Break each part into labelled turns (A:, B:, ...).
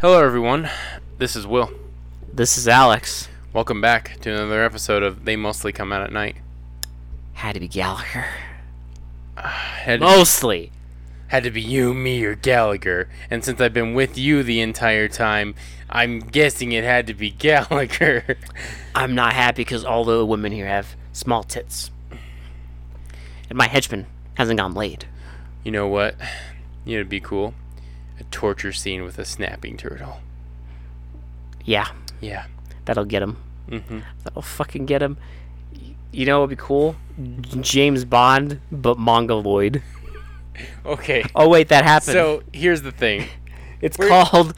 A: Hello, everyone. This is Will.
B: This is Alex.
A: Welcome back to another episode of They Mostly Come Out at Night.
B: Had to be Gallagher.
A: Had to,
B: Mostly.
A: had to be you, me, or Gallagher. And since I've been with you the entire time, I'm guessing it had to be Gallagher.
B: I'm not happy because all the women here have small tits. And my henchman hasn't gone laid.
A: You know what? You know, it'd be cool. A torture scene with a snapping turtle.
B: Yeah,
A: Yeah.
B: that'll get him.
A: hmm
B: That'll fucking get him. Y- You know what would be cool? James Bond, but mongoloid.
A: Okay.
B: Oh, wait, that happened.
A: So here's the thing.
B: it's
A: we're-
B: called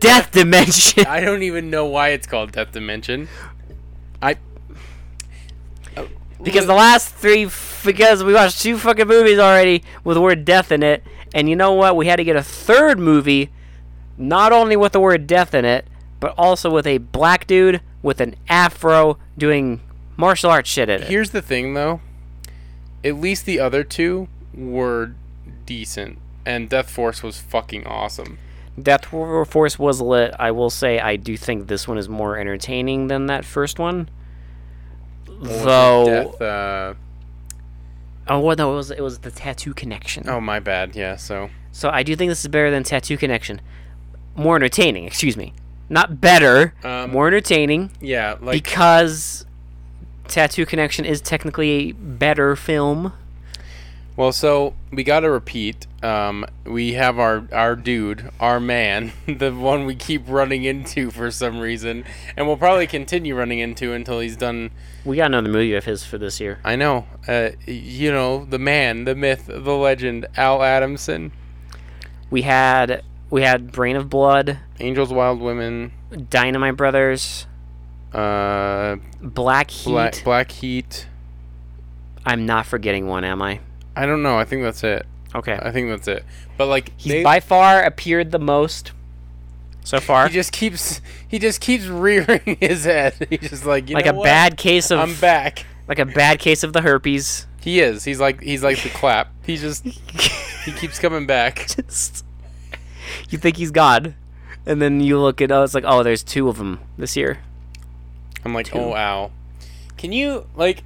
B: Death Dimension.
A: I don't even know why it's called Death Dimension. I.
B: Because the last three, f- because we watched two fucking movies already with the word death in it, and you know what? We had to get a third movie, not only with the word death in it, but also with a black dude with an afro doing martial arts shit in it.
A: Here's the thing, though. At least the other two were decent, and Death Force was fucking awesome.
B: Death Force was lit. I will say, I do think this one is more entertaining than that first one. Though,
A: Death, uh,
B: oh well, no, it was it was the Tattoo Connection.
A: oh my bad. Yeah. So
B: So I do think this is better than Tattoo Connection. More entertaining, excuse me. Not better,
A: Um,
B: more entertaining
A: yeah, like
B: because Tattoo Connection is technically a better film.
A: well, so we got to repeat. Um, we have our our dude, our man, the one we keep running into for some reason, and we'll probably continue running into until he's done.
B: We got another movie of his for this year.
A: I know. Uh, you know, the man, the myth, the legend, Al Adamson,
B: We had we had Brain of Blood,
A: Angels, Wild Women.
B: Dynamite Brothers,
A: Uh,
B: Black Heat.
A: Black Black Heat.
B: I'm not forgetting one, am I?
A: I don't know. I think that's it.
B: Okay.
A: I think that's it. But like
B: He's
A: they-
B: by far appeared the most so far.
A: he just keeps he just keeps rearing his head. He's just like you
B: Like
A: know
B: a
A: what?
B: bad case of
A: I'm back.
B: like a bad case of the herpes.
A: He is. He's like he's like the clap. He just he keeps coming back.
B: just you think he's God, and then you look at oh, it's like oh, there's two of them this year.
A: I'm like oh ow. Can you like?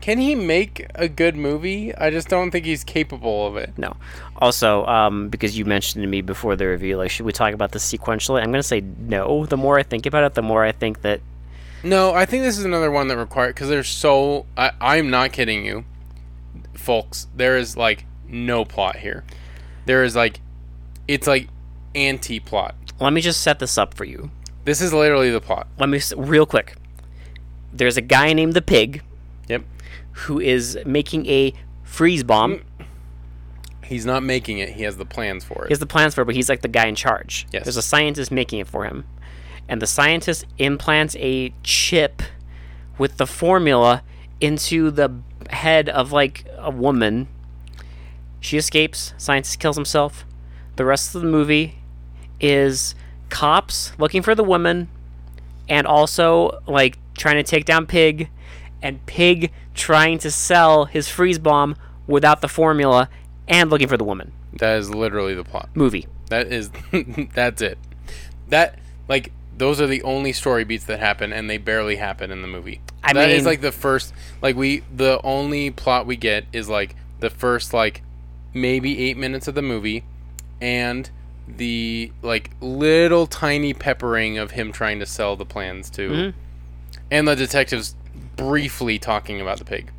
A: Can he make a good movie? I just don't think he's capable of it.
B: No, also um, because you mentioned to me before the review, like should we talk about this sequentially? I'm gonna say no. The more I think about it, the more I think that
A: No, I think this is another one that requires because there's so I, I'm not kidding you, folks. There is like no plot here. There is like it's like anti-plot.
B: let me just set this up for you.
A: This is literally the plot.
B: Let me s- real quick. There's a guy named the Pig
A: Yep.
B: who is making a freeze bomb.
A: He's not making it. He has the plans for it.
B: He has the plans for it, but he's like the guy in charge.
A: Yes.
B: There's a scientist making it for him. And the scientist implants a chip with the formula into the head of like a woman. She escapes. Scientist kills himself. The rest of the movie is cops looking for the woman and also like trying to take down Pig and Pig trying to sell his freeze bomb without the formula and looking for the woman.
A: that is literally the plot.
B: Movie.
A: That is that's it. That like those are the only story beats that happen and they barely happen in the movie.
B: I
A: That is
B: mean-
A: like the first like we the only plot we get is like the first like maybe 8 minutes of the movie and the like little tiny peppering of him trying to sell the plans to
B: Mm-hmm.
A: and the detectives briefly talking about the pig.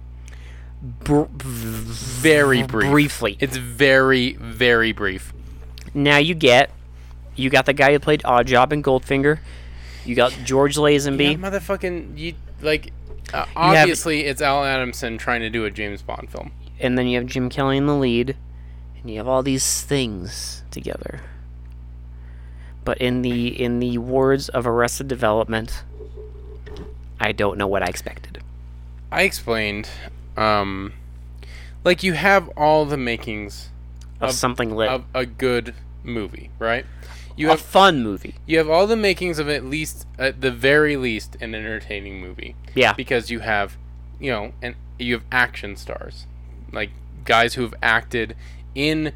B: Br-
A: Very brief.
B: briefly.
A: It's very very brief.
B: Now you get, you got the guy who played Oddjob in Goldfinger. You got George
A: Yeah,
B: Lazenby.
A: motherfucking you like uh,
B: You have-
A: obviously it's Al Adamson trying to do a James Bond film.
B: and then you have Jim Kelly in the lead, and you have all these things together. But in the in the words of Arrested Development, I don't know what I expected.
A: I explained um like you have all the makings Um,
B: Of something lit,
A: of a good movie, right? You
B: a
A: have
B: fun movie.
A: you have all the makings of at least at the very least an entertaining movie
B: Yeah,
A: because you have you know and you have action stars like guys who have acted in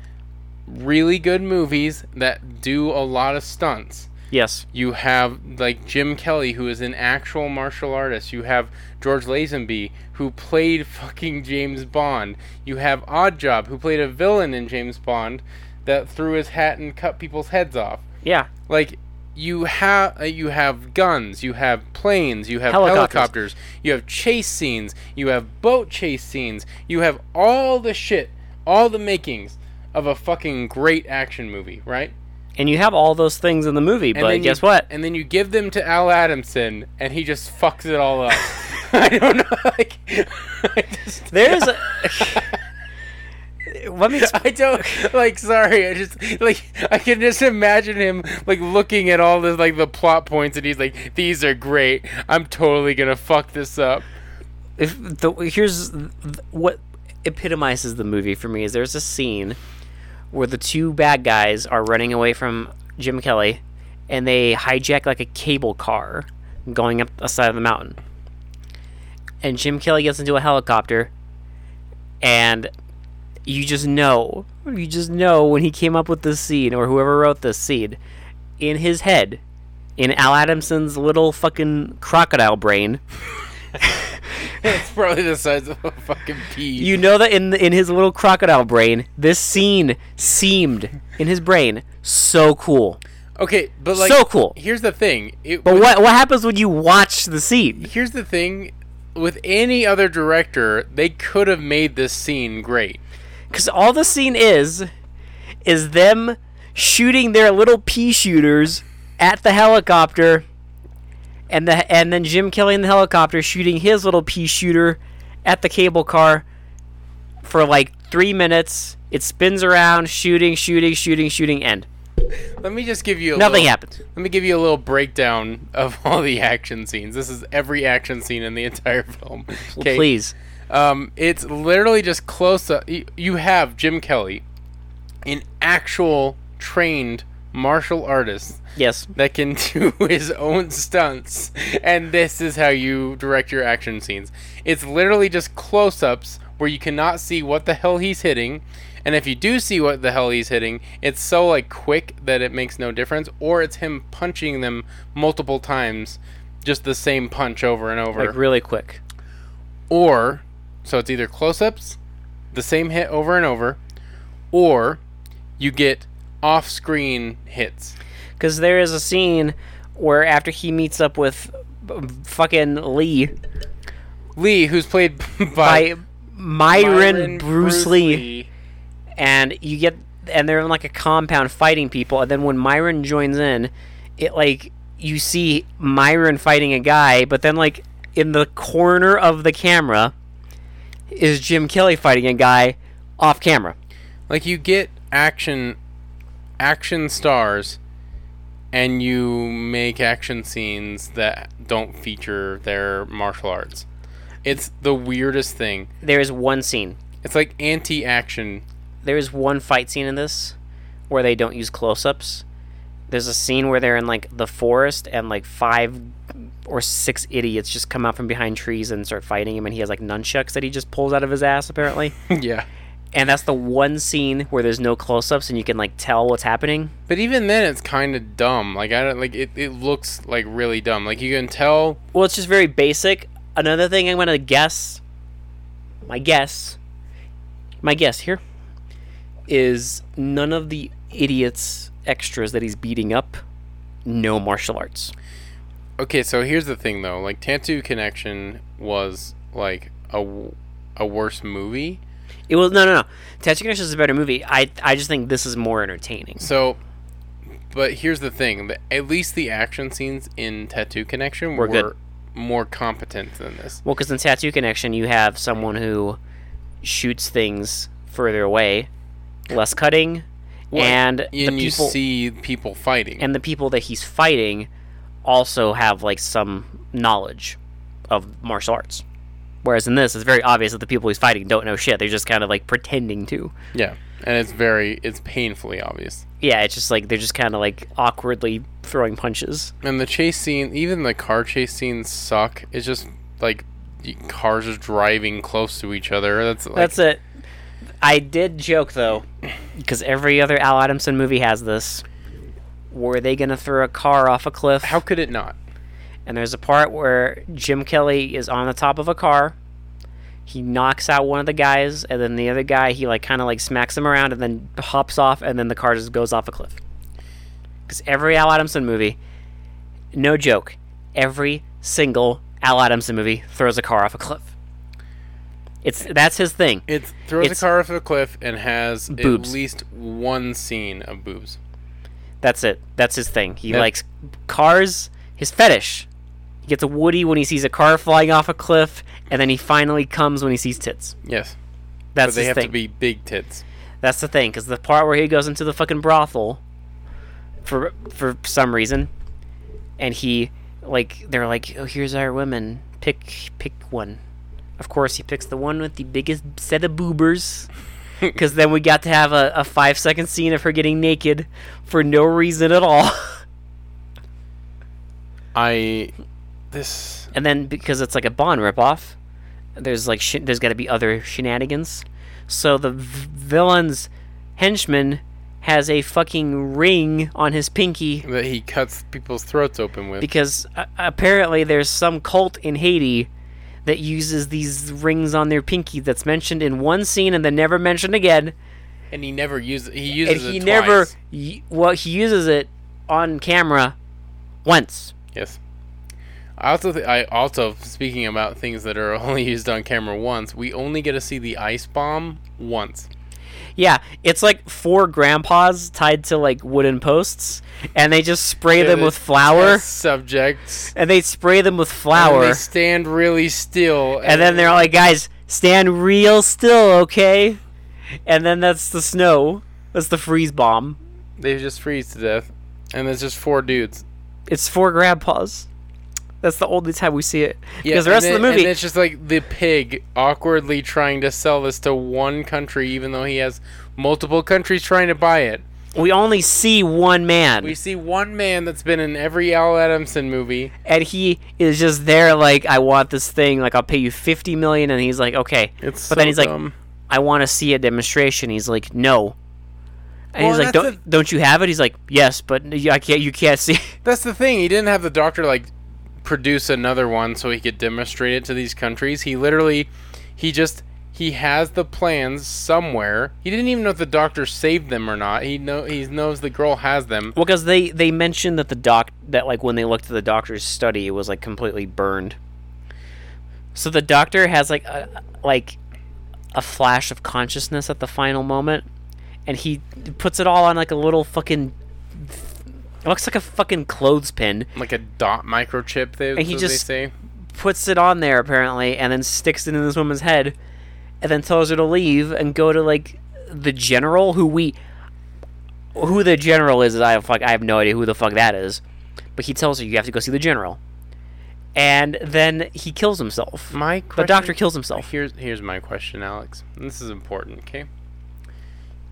A: really good movies that do a lot of stunts.
B: Yes.
A: You have like Jim Kelly, who is an actual martial artist. You have George Lazenby, who played fucking James Bond. You have Oddjob, who played a villain in James Bond, that threw his hat and cut people's heads off.
B: Yeah.
A: Like you have uh, you have guns, you have planes, you have
B: Helicopters.
A: helicopters. you have chase scenes, you have boat chase scenes, you have all the shit, all the makings of a fucking great action movie, right?
B: And you have all those things in the movie, but
A: then
B: guess
A: you,
B: what?
A: And then you give them to Al Adamson, and he just fucks it all up. I don't know. Like, I just.
B: There's a. Let me. exp-
A: I don't like. Sorry, I just like I can just imagine him like looking at all this like the plot points, and he's like, "These are great. I'm totally gonna fuck this up."
B: if the here's th- what epitomizes the movie for me is there's a scene where the two bad guys are running away from Jim Kelly and they hijack like a cable car going up the side of the mountain. And Jim Kelly gets into a helicopter and you just know, you just know when he came up with this scene or whoever wrote this scene in his head in Al Adamson's little fucking crocodile brain
A: It's probably the size of a fucking pea.
B: You know that in in his little crocodile brain, this scene seemed in his brain so cool.
A: okay, but like,
B: so cool.
A: Here's the thing. It,
B: But what what happens when you watch the scene?
A: here's the thing. With any other director, they could have made this scene great.
B: Because all the scene is is them shooting their little pea shooters at the helicopter, and the and then Jim Kelly in the helicopter shooting his little pea shooter at the cable car for like three minutes. It spins around, shooting, shooting, shooting, shooting. End.
A: Let me just give you a
B: Nothing
A: little-
B: happens.
A: Let me give you a little breakdown of all the action scenes. This is every action scene in the entire film. Okay.
B: Please.
A: Um, it's literally just close up. y- You have Jim Kelly, an actual trained martial artist
B: Yes.
A: that can do his own stunts, and this is how you direct your action scenes. It's literally just close ups where you cannot see what the hell he's hitting, and if you do see what the hell he's hitting, it's so like quick that it makes no difference, or it's him punching them multiple times, just the same punch over and over
B: like really quick.
A: or so it's either close-ups, the same hit over and over, or you get off-screen hits.
B: Because there is a scene where after he meets up with b- fucking Lee
A: Lee, who's played by,
B: by Myron,
A: Byron
B: Bruce, Lee, and you get and they're in like a compound fighting people, and then when Myron joins in, it like you see Myron fighting a guy, but then like in the corner of the camera is Jim Kelly fighting a guy off camera.
A: like you get action action stars and you make action scenes that don't feature their martial arts. It's the weirdest thing.
B: There is one scene
A: It's like anti-action.
B: there is one fight scene in this where they don't use close-ups. There's a scene where they're in like the forest and like five or six idiots just come out from behind trees and start fighting him and he has like nunchucks that he just pulls out of his ass apparently.
A: yeah.
B: and that's the one scene where there's no close-ups and you can like tell what's happening.
A: But even then, it's kind of dumb. Like I don't like it. It looks like really dumb. Like you can tell.
B: Well, it's just very basic. Another thing I'm going to guess my guess my guess here is none of the idiots extras that he's beating up know martial arts.
A: Okay, so here's the thing though. Like Tattoo Connection was like a w- a worse movie.
B: It was no, no, no. Tattoo Connection is a better movie. I, I just think this is more entertaining.
A: So, but here's the thing. The, at least the action scenes in Tattoo Connection were,
B: good.
A: more competent than this.
B: Well, because in Tattoo Connection, you have someone who shoots things further away, less cutting,
A: Well,
B: and the
A: And you
B: people
A: see people fighting.
B: and the people that he's fighting also have like some knowledge of martial arts. Whereas in this, it's very obvious that the people he's fighting don't know shit. They're just kind of like pretending to.
A: yeah, and it's very it's painfully obvious.
B: Yeah, it's just like they're just kind of like awkwardly throwing punches.
A: And the chase scene, even the car chase scenes suck. It's just like y- cars just driving close to each other. That's like,
B: That's it. I did joke though, because every other Al Adamson movie has this. Were they gonna throw a car off a cliff?
A: How could it not?
B: And there's a part where Jim Kelly is on the top of a car. He knocks out one of the guys, and then the other guy he like kind of like smacks him around, and then hops off, and then the car just goes off a cliff. Because every Al Adamson movie, no joke, every single Al Adamson movie throws a car off a cliff. It's that's his thing.
A: It throws
B: It's-
A: a car off a cliff and has
B: Boobs.
A: at least one scene of boobs.
B: That's it. That's his thing. He
A: That-
B: likes cars. His fetish. He gets a Woody when he sees a car flying off a cliff, and then he finally comes when he sees tits.
A: Yes,
B: That's
A: but they
B: his
A: have
B: thing.
A: to be big tits.
B: That's the thing, because the part where he goes into the fucking brothel, for for some reason, and he like they're like, oh, here's our women, pick pick one. Of course, he picks the one with the biggest set of boobers, because then we got to have a, a five second scene of her getting naked for no reason at all.
A: I this
B: and then because it's like a Bond ripoff, there's like sh- there's got to be other shenanigans. So the v- villain's henchman has a fucking ring on his pinky
A: that he cuts people's throats open with.
B: because uh, apparently there's some cult in Haiti that uses these rings on their pinky that's mentioned in one scene and then never mentioned again.
A: and he never uses he
B: And
A: uses
B: he
A: it
B: never
A: twice.
B: y- well he uses it on camera once.
A: Yes. I also th- I also speaking about things that are only used on camera once. We only get to see the ice bomb once.
B: Yeah, it's like four grandpas tied to like wooden posts, and they just spray
A: Yeah,
B: them
A: they-
B: with flour,
A: As subjects.
B: and they spray them with
A: and
B: flour,
A: They stand really still.
B: and then they're like, "Guys, stand real still, okay?" And then that's the snow. That's the freeze bomb.
A: they just freeze to death. And there's just four dudes.
B: It's four grandpas. That's the only time we see it. because the
A: and
B: rest of
A: then-
B: the movie,
A: And it's just like the pig awkwardly trying to sell this to one country, even though he has multiple countries trying to buy it.
B: we only see one man,
A: We see one man that's been in every Al Adamson movie.
B: and he is just there, like, "I want this thing. Like, I'll pay you fifty million. And he's like, "Okay."
A: It's
B: But then he's like, I want to see a demonstration. He's like, no. And he's
A: Well, that's
B: like, don't don't you have it? He's like, yes, but n- I can't. You can't see.
A: That's the thing. He didn't have the doctor like produce another one so he could demonstrate it to these countries. He literally, he just he has the plans somewhere. He didn't even know if the doctor saved them or not. He know he knows the girl has them.
B: well, because they they mentioned that the doc that like when they looked at the doctor's study, it was like completely burned. So the doctor has like a like a flash of consciousness at the final moment, and he puts it all on like a little fucking. It looks like a fucking clothespin.
A: Like a dot microchip. They,
B: And he
A: as
B: just-
A: they say.
B: puts it on there apparently, and then sticks it in this woman's head, and then tells her to leave and go to like the general who we, who the general is. I have fuck, I have no idea who the fuck that is, but he tells her you have to go see the general, and then he kills himself.
A: My
B: The
A: question,
B: doctor kills himself.
A: Here's here's my question, Alex. And this is important. Okay.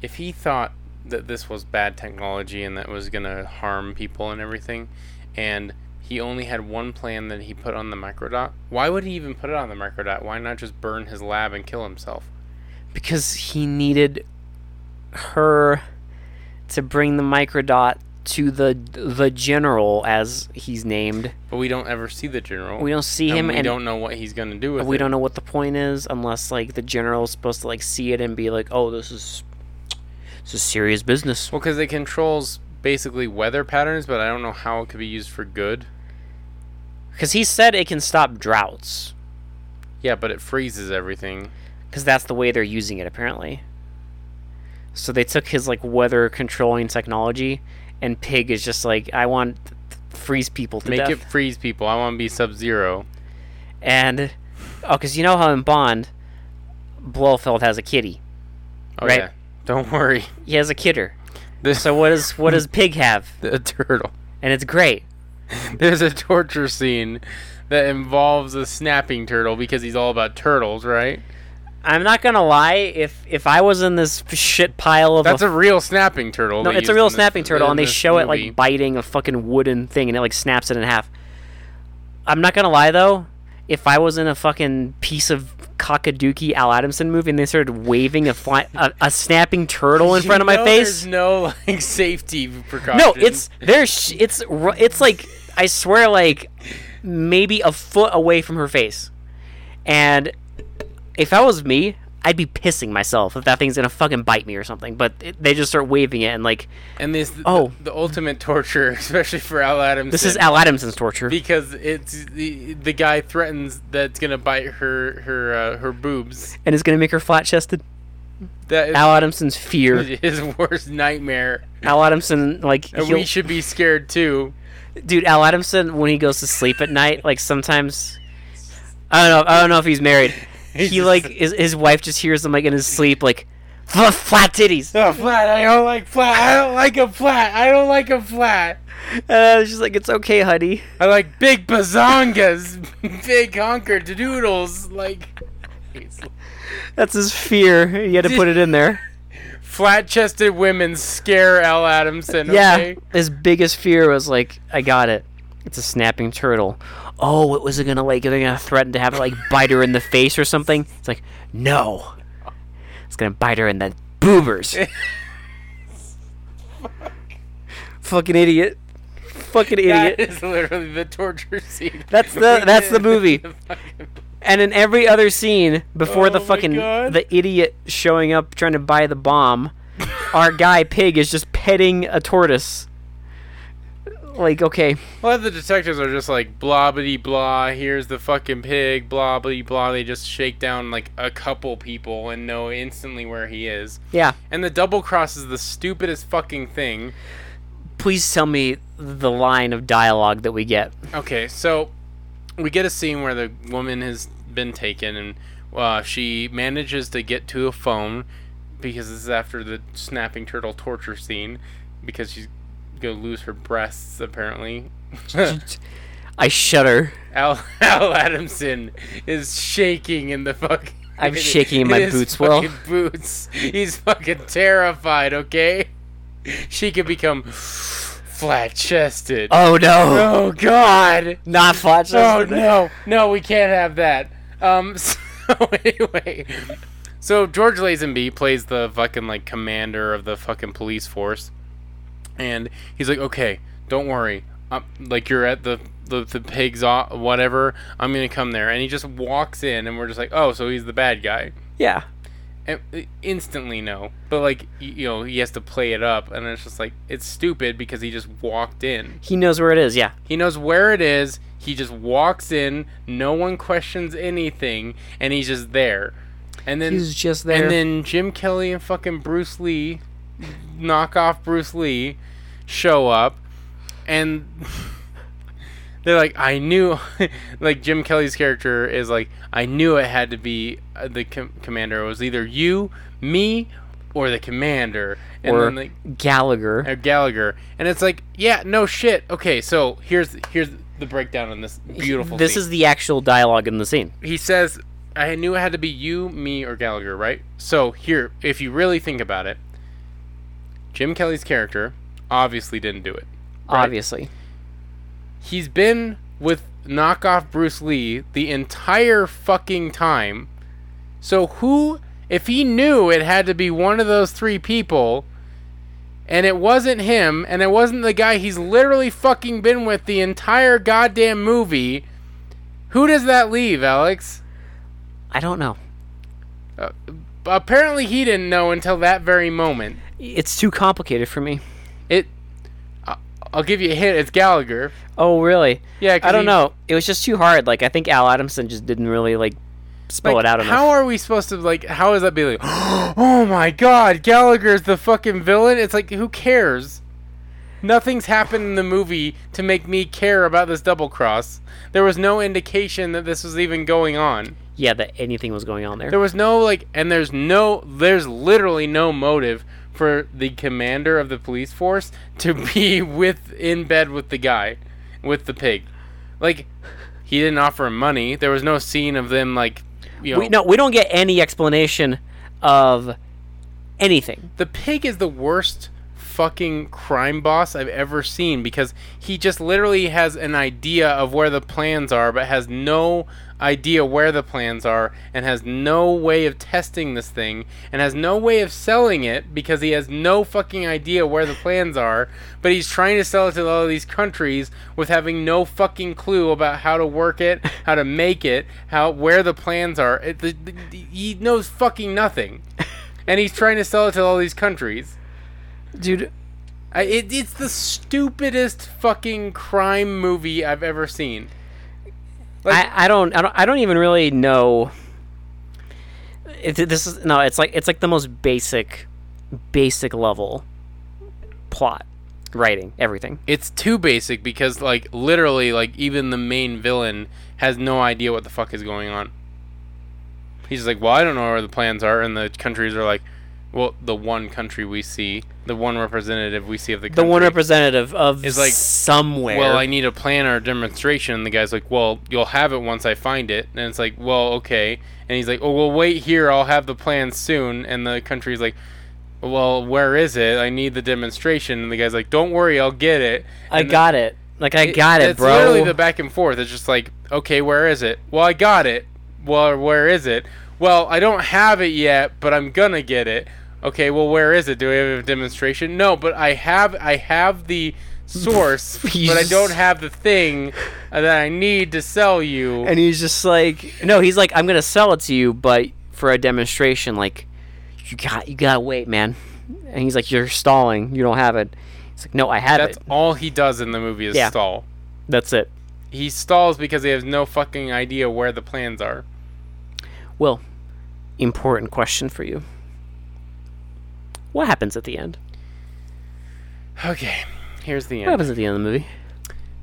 A: If he thought that this was bad technology and that was gonna harm people and everything, and he only had one plan that he put on the microdot. Why would he even put it on the microdot? Why not just burn his lab and kill himself?
B: because he needed her to bring the microdot to the the general as he's named.
A: But we don't ever see the general.
B: We don't see
A: and
B: him
A: We
B: and
A: don't know what he's gonna do with
B: we
A: it.
B: don't know what the point is unless like the general's supposed to like see it and be like oh this is this is serious business
A: Well, because it controls basically weather patterns, but I don't know how it could be used for good.
B: because he said it can stop droughts
A: Yeah, but it freezes everything.
B: because that's the way they're using it apparently so they took his like weather controlling technology and pig is just like i want to freeze people to
A: Make
B: death
A: it freeze people. I want to be sub zero.
B: and oh because you know how in bond blofeld has a kitty
A: Oh,
B: Right.
A: yeah. Don't worry.
B: he has a kidder
A: This
B: so what does what does pig have
A: a turtle.
B: and it's great
A: There's a torture scene that involves a snapping turtle because he's all about turtles, right?
B: I'm not gonna lie. If if I was in this shit pile of
A: That's
B: a,
A: a real snapping turtle.
B: no,
A: they
B: it's a
A: used in
B: real
A: this-
B: snapping turtle,
A: in
B: and they
A: this
B: show it
A: movie.
B: like biting a fucking wooden thing, and it like snaps it in half. I'm not gonna lie though. If I was in a fucking piece of co- cockadookey Al Adamson movie, and they started waving a fly, a, a snapping turtle in
A: You
B: front of my
A: know
B: face.
A: There's no like safety precaution.
B: No, it's there's it's ru- it's like I swear like maybe a foot away from her face. And if that was me, I'd be pissing myself if that thing's gonna fucking bite me or something. But it, they just start waving it and like
A: and this the-
B: oh.
A: the, ultimate torture, especially for Al Adams.
B: this is Al Adamson's torture.
A: because it's the the guy threatens that's gonna bite her her uh, her boobs.
B: and it's gonna make her flat chested.
A: That is
B: Al Adamson's fear.
A: his worst nightmare,
B: Al Adamson like
A: and
B: he'll-
A: we should be scared too.
B: dude Al Adamson when he goes to sleep at night like sometimes I don't know I don't know if he's married. He
A: He's-
B: like his, his wife just hears him like in his sleep like "F- flat titties.
A: Oh, flat! I don't like flat. I don't like a flat. I don't like a flat.
B: Uh, she's like, it's okay, honey.
A: I like big bazongas, big honker doodles, like it's
B: That's his fear. You had to put it in there.
A: flat-chested women scare Al Adamson.
B: Yeah.
A: okay?
B: His biggest fear was like, I got it. It's a snapping turtle. Oh, what was it gonna like? They're gonna threaten to have it like bite her in the face or something. It's like, no. It's gonna bite her in the boobers. Fucking idiot. Fucking idiot.
A: that is literally the torture scene.
B: That's the-
A: We
B: that's the
A: did.
B: movie.
A: The fucking-
B: And in every other scene, before the
A: Oh my
B: fucking
A: God.
B: the idiot showing up trying to buy the bomb, our guy Pig is just petting a tortoise. Like, okay,
A: Well, the detectives are just like blah bitty blah. Here's the fucking pig. Blah bitty blah. They just shake down like a couple people and know instantly where he is.
B: yeah,
A: And the double cross is the stupidest fucking thing.
B: please tell me the line of dialogue that we get.
A: Okay, so we get a scene where the woman has been taken, and uh, she manages to get to a phone because this is after the snapping turtle torture scene because she's gonna lose her breasts apparently.
B: I shudder.
A: Al, Al Adamson is shaking in the fucking.
B: I'm shaking in my
A: his
B: boots, Will.
A: fucking Boots. He's fucking terrified. Okay, she could become flat chested.
B: Oh no,
A: oh God.
B: not Fletcher.
A: Oh no, no, we can't have that. Um. So anyway, so George Lazenby plays the fucking like commander of the fucking police force, and he's like, okay, don't worry, i like you're at the. The, the pigs off whatever i'm gonna come there and he just walks in and we're just like oh so he's the bad guy
B: Yeah,
A: and uh, instantly no but like y- you know he has to play it up and it's just like it's stupid because he just walked in
B: he knows where it is. Yeah,
A: he knows where it is. He just walks in. No one questions anything, and he's just there. And then
B: he's just there.
A: and then Jim Kelly and fucking Bruce Lee, knock off Bruce Lee, show up, and they're like, "I knew." like Jim Kelly's character is like, "I knew it had to be uh, the com- commander. It was either you, me, or the commander." And
B: or
A: then like,
B: Gallagher.
A: or uh, Gallagher, and it's like, yeah, no shit. Okay, so here's here's the breakdown on this beautiful.
B: This is the actual dialogue in the scene.
A: he says, I knew it had to be you, me, or Gallagher, right? So here, if you really think about it, Jim Kelly's character obviously didn't do it. Right.
B: Obviously,
A: He's been with knockoff Bruce Lee the entire fucking time. So who, if he knew it had to be one of those three people, and it wasn't him, and it wasn't the guy he's literally fucking been with the entire goddamn movie, who does that leave, Alex?
B: I don't know.
A: Uh, apparently, he didn't know until that very moment.
B: It's too complicated for me.
A: It. I- I'll give you a hint. It's Gallagher.
B: Oh really?
A: Yeah, 'cause
B: I don't
A: he-
B: know. It was just too hard. Like I think Al Adamson just didn't really like spell
A: Like,
B: it out enough.
A: How are we supposed to like? How is that be like? Oh my God, Gallagher's the fucking villain. It's like who cares? Nothing's happened in the movie to make me care about this double cross. There was no indication that this was even going on.
B: yeah, that anything was going on there.
A: There was no like, and there's no, there's literally no motive for the commander of the police force to be with in bed with the guy, with the pig. Like, he didn't offer him money. There was no scene of them like, you know,
B: we, no, we don't get any explanation of anything.
A: The pig is the worst fucking crime boss I've ever seen because he just literally has an idea of where the plans are but has no idea where the plans are and has no way of testing this thing and has no way of selling it because he has no fucking idea where the plans are, but he's trying to sell it to all these countries with having no fucking clue about how to work it, how to make it, how where the plans are. It, the, the, he knows fucking nothing. And he's trying to sell it to all these countries.
B: Dude,
A: I, it, it's the stupidest fucking crime movie I've ever seen. Like-
B: I, I don't I don't I don't even really know. It, this is no, it's like it's like the most basic, basic level plot, writing, everything.
A: It's too basic because, like, literally, like even the main villain has no idea what the fuck is going on. He's just like, well, I don't know where the plans are, and the countries are like, well, the one country we see, the one representative we see of the
B: The
A: country.
B: one representative of
A: Is like,
B: somewhere.
A: Well, I need a plan or a demonstration. And the guy's like, well, you'll have it once I find it. And it's like, well, okay. And he's like, oh, well, wait here. I'll have the plan soon. And the country's like, well, where is it? I need the demonstration. And the guy's like, don't worry, I'll get it.
B: I
A: And
B: got it. Like I got it,
A: it's literally
B: bro.
A: the back and forth. It's just like, okay, where is it? Well, I got it. Well, where is it? Well, I don't have it yet, but I'm gonna get it. Okay, well, where is it? Do we have a demonstration? No, but I have I have the source,
B: You
A: but I
B: just-
A: don't have the thing that I need to sell you.
B: and he's just like, no, he's like, I'm gonna sell it to you, but for a demonstration, like, you got you gotta wait, man. And he's like, you're stalling. You don't have it. He's like, no, I have
A: That's
B: it.
A: all he does in the movie is
B: Yeah.
A: stall.
B: That's it.
A: He stalls because he has no fucking idea where the plans are.
B: Will, important question for you. What happens at the end?
A: Okay, here's the
B: What
A: end.
B: happens at the end of the movie?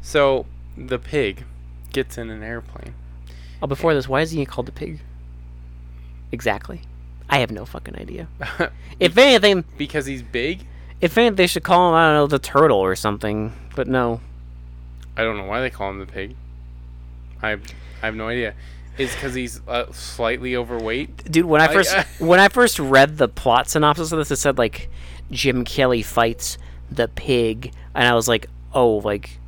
A: So the pig gets in an airplane.
B: Oh, before this, why is he called the pig? Exactly. I have no fucking idea. if anything,
A: because he's big.
B: if anything, they should call him I don't know the turtle or something. But no,
A: I don't know why they call him the pig. I I have no idea. Is because he's uh, slightly overweight.
B: dude. When I
A: I-
B: first
A: I-
B: when I first read the plot synopsis of this, it said like Jim Kelly fights the pig, and I was like, oh, like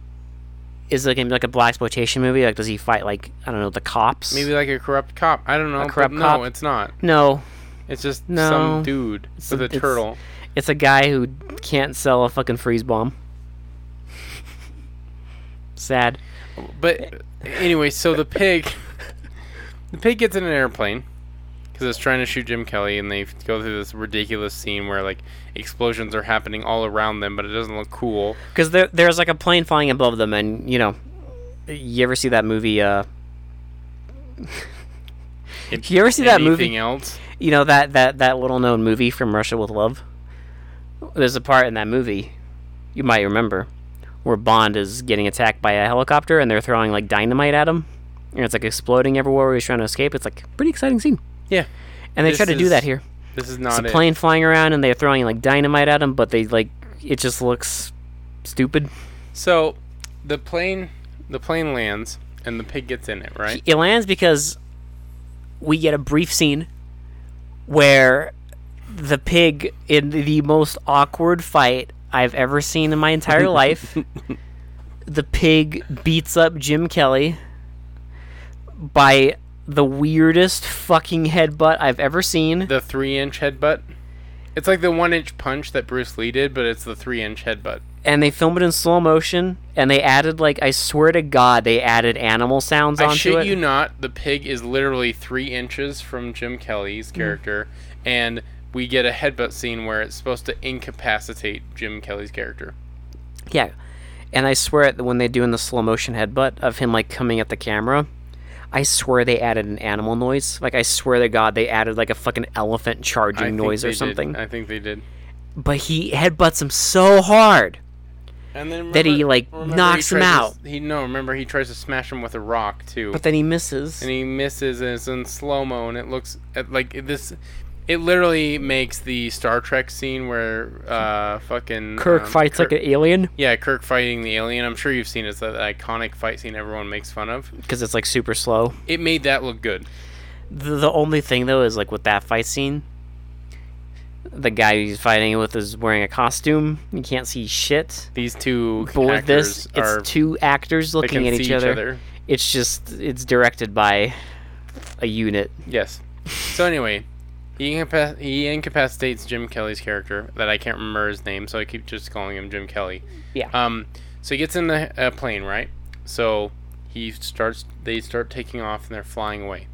B: is it gonna be like a black exploitation movie? Like, does he fight like I don't know the cops?
A: Maybe like a corrupt cop. I don't know. but
B: corrupt
A: no,
B: cop?
A: it's not.
B: no.
A: It's just
B: No.
A: some dude with a
B: a- it's-
A: turtle.
B: It's a guy who can't sell a fucking freeze bomb. Sad.
A: But anyway, so the pig, the pig gets in an airplane because it's trying to shoot Jim Kelly, and they go through this ridiculous scene where like explosions are happening all around them, but it doesn't look cool.
B: Because there, there's like a plane flying above them, and you know, you ever see that movie? Uh,
A: If
B: You ever see that
A: anything
B: movie?
A: else?
B: you know that that that little known movie from Russia with Love. There's a part in that movie, you might remember, where Bond is getting attacked by a helicopter, and they're throwing like dynamite at him, and it's like exploding everywhere where he's trying to escape. It's like a pretty exciting scene,
A: Yeah,
B: and they
A: This
B: try to do
A: is-
B: that here.
A: this is
B: It's
A: not
B: a
A: it.
B: plane flying around, and they're throwing like dynamite at him, but they like it just looks stupid.
A: So, the plane, the plane lands, and the pig gets in it, right?
B: It lands because we get a brief scene where the pig, in the most awkward fight I've ever seen in my entire life, the pig beats up Jim Kelly by the weirdest fucking headbutt I've ever seen.
A: the three-inch headbutt. It's like the one-inch punch that Bruce Lee did, but it's the three-inch headbutt.
B: and they filmed it in slow motion and they added like I swear to God they added animal sounds
A: I
B: onto
A: shit
B: it.
A: you not, the pig is literally three inches from Jim
B: Mm.
A: Kelly's character, and we get a headbutt scene where it's supposed to incapacitate Jim Kelly's character.
B: yeah, and I swear it when they do in the slow motion headbutt of him like coming at the camera, I swear they added an animal noise. Like I swear to God they added like a fucking elephant
A: I
B: charging
A: think
B: noise
A: they
B: or
A: did.
B: something.
A: I think they did.
B: But he headbutts him so hard.
A: And then
B: That he,
A: remember-
B: like,
A: remember he
B: knocks him
A: tries to
B: out.
A: s- he no, remember he tries to smash him with a rock too.
B: But then he misses.
A: and he misses and it's in slow mo and it looks at, like this it literally makes the Star Trek scene where uh fucking
B: Kirk fights like an alien
A: yeah Kirk fighting the alien I'm sure you've seen it. it's that iconic fight scene everyone makes fun of
B: because it's like super slow.
A: it made that look good
B: The, the only thing though is like with that fight scene, the guy he's fighting with is wearing a costume. You can't see shit.
A: these two
B: But with
A: actors
B: this,
A: are
B: it's two actors
A: they can
B: looking at
A: see
B: each other, It's just it's directed by a unit.
A: Yes. So anyway, he, incapac- he incapacitates Jim Kelly's character that I can't remember his name, so I keep just calling him Jim Kelly.
B: Yeah.
A: Um. So he gets in the uh, plane, right? So he starts. They start taking off, and they're flying away.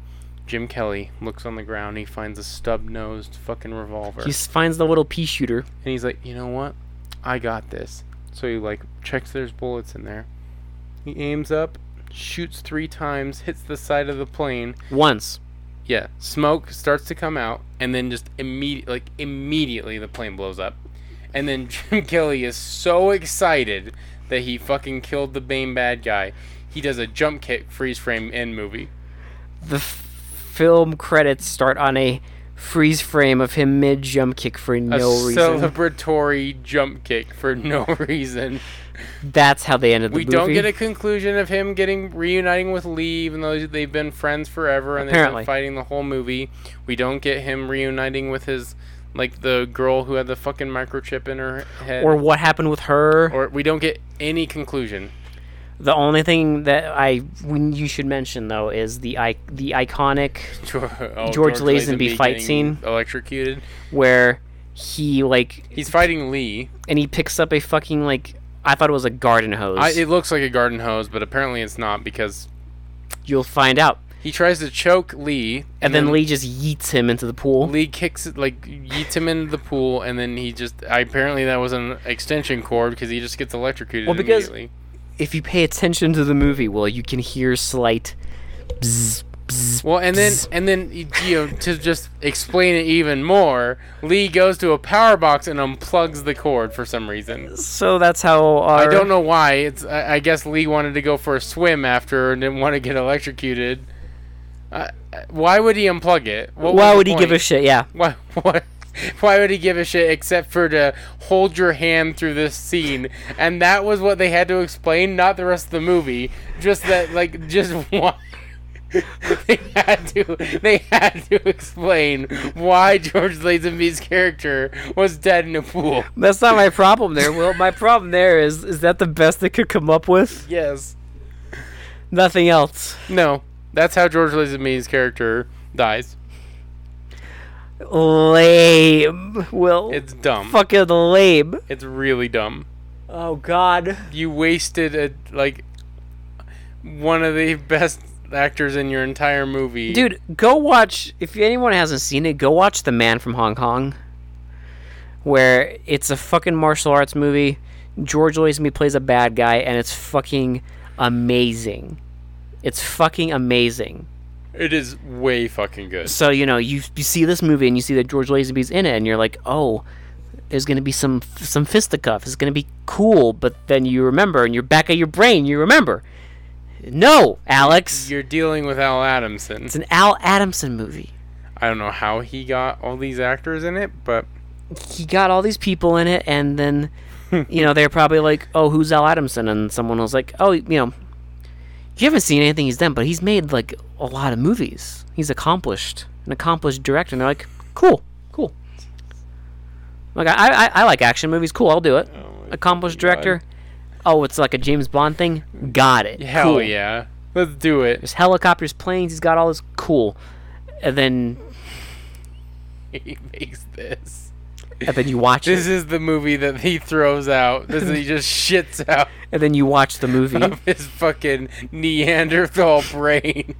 A: Jim Kelly looks on the ground. He finds a stub-nosed fucking revolver,
B: He s- finds the little pea shooter.
A: and he's like, "You know what? I got this." So he like checks there's bullets in there. He aims up, shoots three times, hits the side of the plane,
B: Once.
A: yeah, smoke starts to come out, and then just immediate, like immediately, the plane blows up, and then Jim Kelly is so excited that he fucking killed the main bad guy. He does a jump kick, freeze frame, end movie.
B: The f- film credits start on a freeze frame of him mid jump kick for
A: A
B: no reason.
A: celebratory jump kick for no reason.
B: That's how they ended the
A: We
B: movie.
A: don't get a conclusion of him getting reuniting with Lee, even though they've been friends forever and they've
B: Apparently.
A: been fighting the whole movie. We don't get him reuniting with his like the girl who had the fucking microchip in her head.
B: or what happened with her.
A: or we don't get any conclusion.
B: the only thing that I when you should mention though is the I- the iconic
A: George, oh,
B: George Lazenby fight
A: getting
B: scene.
A: electrocuted.
B: where he like
A: He's fighting Lee.
B: and he picks up a fucking like I thought it was a garden hose.
A: I, it looks like a garden hose, but apparently it's not because
B: You'll find out.
A: he tries to choke Lee,
B: And then Lee just yeets him into the pool.
A: Lee kicks it like yeets him into the pool, and then he just I, apparently that was an extension cord because he just gets electrocuted
B: Well, because-
A: immediately.
B: If you pay attention to the movie, well, you can hear slight bzz, bzz.
A: Well, and then and then you know to just explain it even more, Lee goes to a power box and unplugs the cord for some reason.
B: So that's how our,
A: I don't know why. It's I, I guess Lee wanted to go for a swim after and didn't want to get electrocuted. Uh, why would he unplug it? What was
B: Why
A: the
B: would he give a
A: point?
B: shit? Yeah.
A: why why why would he give a shit except for to hold your hand through this scene? And that was what they had to explain, not the rest of the movie. Just that, like, just why. they had to they had to explain why George Lazenby's character was dead in a pool.
B: That's not my problem there. Well, my problem there is is that the best they could come up with?
A: Yes.
B: Nothing else.
A: No, that's how George Lazenby's character dies.
B: Lame. Will.
A: It's dumb.
B: fucking lame.
A: It's really dumb.
B: Oh god.
A: You wasted a like one of the best actors in your entire movie.
B: Dude, go watch if anyone hasn't seen it, go watch The Man from Hong Kong. Where it's a fucking martial arts movie. George Lazenby plays a bad guy and it's fucking amazing. It's fucking amazing.
A: it is way fucking good.
B: So, you know, you you see this movie and you see that George Lazenby's in it and you're like, "Oh, there's going to be some some fisticuffs. It's going to be cool." But then you remember and you're back at your brain, you remember. No, Alex.
A: You're dealing with Al Adamson.
B: It's an Al Adamson movie.
A: I don't know how he got all these actors in it, but
B: he got all these people in it, and then, you know, they're probably like, "Oh, who's Al Adamson?" And someone was like, "Oh, you know, you haven't seen anything he's done, but he's made like a lot of movies. He's accomplished, an accomplished director." And they're like, "Cool, cool." Like I, I, I like action movies. Cool, I'll do it. accomplished director. Oh, it's like a James Bond thing. Got it.
A: hell
B: cool.
A: yeah, let's do it.
B: There's helicopters, planes. He's got all this cool. And then,
A: He makes this.
B: and then you watch
A: This
B: it.
A: is the movie that he throws out. This is, he just shits out.
B: And then you watch the movie.
A: of his fucking Neanderthal brain.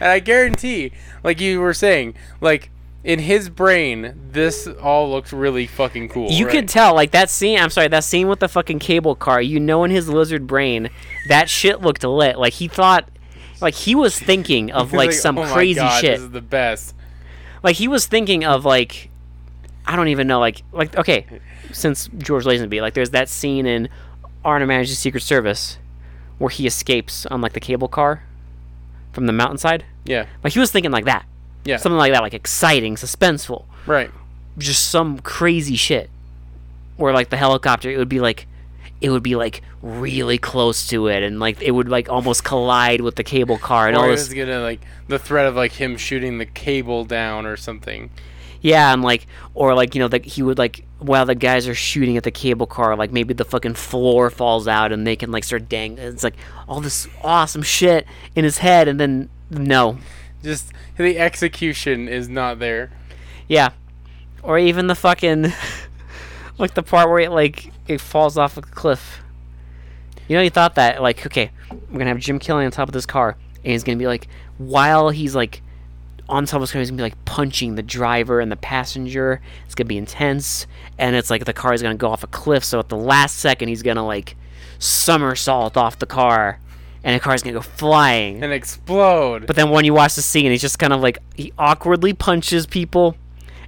A: and I guarantee, like you were saying, like in his brain, this all looks really fucking cool.
B: You
A: right?
B: could tell, like that scene. I'm sorry, that scene with the fucking cable car. You know, in his lizard brain, that shit looked lit. Like he thought, like he was thinking of
A: It's
B: like, some
A: "Oh my
B: crazy
A: God,
B: shit.
A: This is the best.
B: Like he was thinking of like, I don't even know. Like, like okay, since George Lazenby, like there's that scene in Arnold Manages Secret Service where he escapes on like the cable car from the mountainside.
A: Yeah,
B: Like he was thinking like that,
A: yeah,
B: something like that, like exciting, suspenseful.
A: right.
B: just some crazy shit where like the helicopter it would be like it would be like really close to it and like it would like almost collide with the cable car and all
A: Or it
B: this
A: was gonna like the threat of like him shooting the cable down or something.
B: Yeah, and like, or like, you know, like he would like while the guys are shooting at the cable car, like maybe the fucking floor falls out and they can like start dang. It's like all this awesome shit in his head, and then no,
A: Just the execution is not there.
B: yeah, or even the fucking like the part where it like it falls off a cliff. You know, you thought that like, okay, we're gonna have Jim Kelly on top of this car, and he's gonna be like, while he's like on top of his car, he's gonna be like punching the driver and the passenger. It's gonna be intense, and it's like the car is gonna go off a cliff. So at the last second, he's gonna like somersault off the car, and the car's gonna go flying.
A: And explode.
B: But then when you watch the scene, he's just kind of like he awkwardly punches people,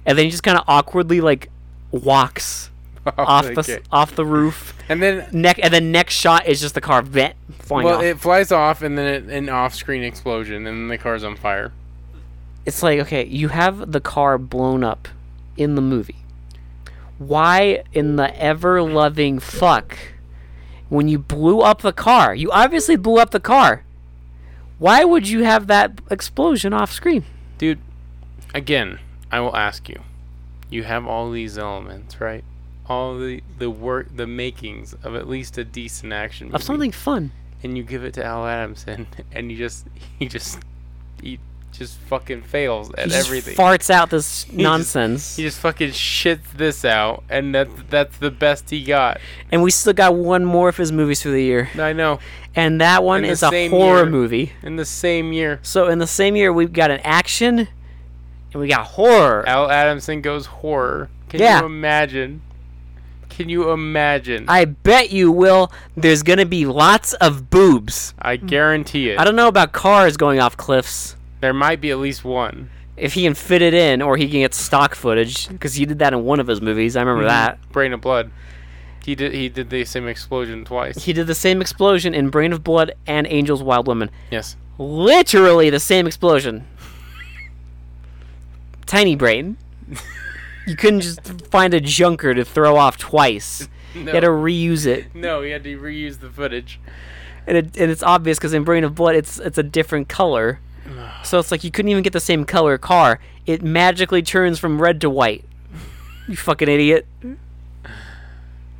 B: and then he just kind of awkwardly like walks off the s
A: Okay.
B: off the roof.
A: Oh and then
B: Neck and the next shot is just the car vent flying
A: well,
B: off.
A: it flies off, and then it, an off-screen explosion, and then the car's on fire.
B: it's like okay, you have the car blown up in the movie. Why in the ever loving fuck when you blew up the car? You obviously blew up the car. Why would you have that explosion off screen?
A: Dude, again, I will ask you. You have all these elements, right? All the the work, the makings of at least a decent action movie,
B: Of something fun.
A: and you give it to Al Adamson, and you just he just he just fucking fails at
B: he
A: everything.
B: Just farts out this
A: just-
B: nonsense,
A: he just fucking shits this out, and that that's the best he got.
B: and we still got one more of his movies for the year,
A: I know.
B: and that one
A: In the
B: is a
A: same
B: horror
A: year.
B: movie.
A: In the same year,
B: So in the same year, we've got an action, and we got horror.
A: Al Adamson goes horror. Can
B: Yeah.
A: you imagine? Can you imagine?
B: I bet you will. There's gonna be lots of boobs.
A: I guarantee it.
B: I don't know about cars going off cliffs.
A: there might be at least one.
B: If he can fit it in, or he can get stock footage, because he did that in one of his movies. I remember that.
A: Brain of Blood. He did he did the same explosion twice.
B: He did the same explosion in Brain of Blood and Angels Wild Woman.
A: Yes.
B: literally the same explosion. Tiny brain. You couldn't just find a junker to throw off twice.
A: No,
B: You had to reuse it,
A: no, he had to reuse the footage.
B: and, it, and it's obvious because in Brain of Blood, it's it's a different color. So it's like you couldn't even get the same color car. It magically turns from red to white. You fucking idiot.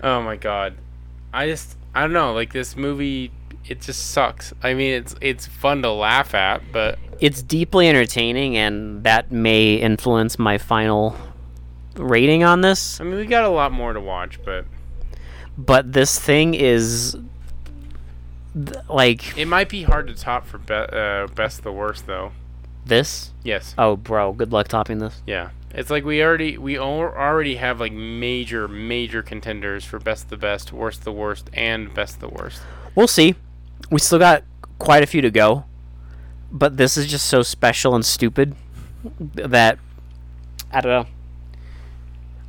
A: Oh my god. I just I don't know, like this movie it just sucks. I mean it's it's fun to laugh at, but
B: It's deeply entertaining, and that may influence my final rating on this.
A: I mean we got a lot more to watch, but
B: but this thing is th- like
A: it might be hard to top for be- uh, best the worst though.
B: this.
A: Yes.
B: Oh, bro, good luck topping this.
A: Yeah. It's like we already we al- already have like major major contenders for best the best, worst the worst, and best the worst.
B: We'll see. We still got quite a few to go, but this is just so special and stupid that I don't know.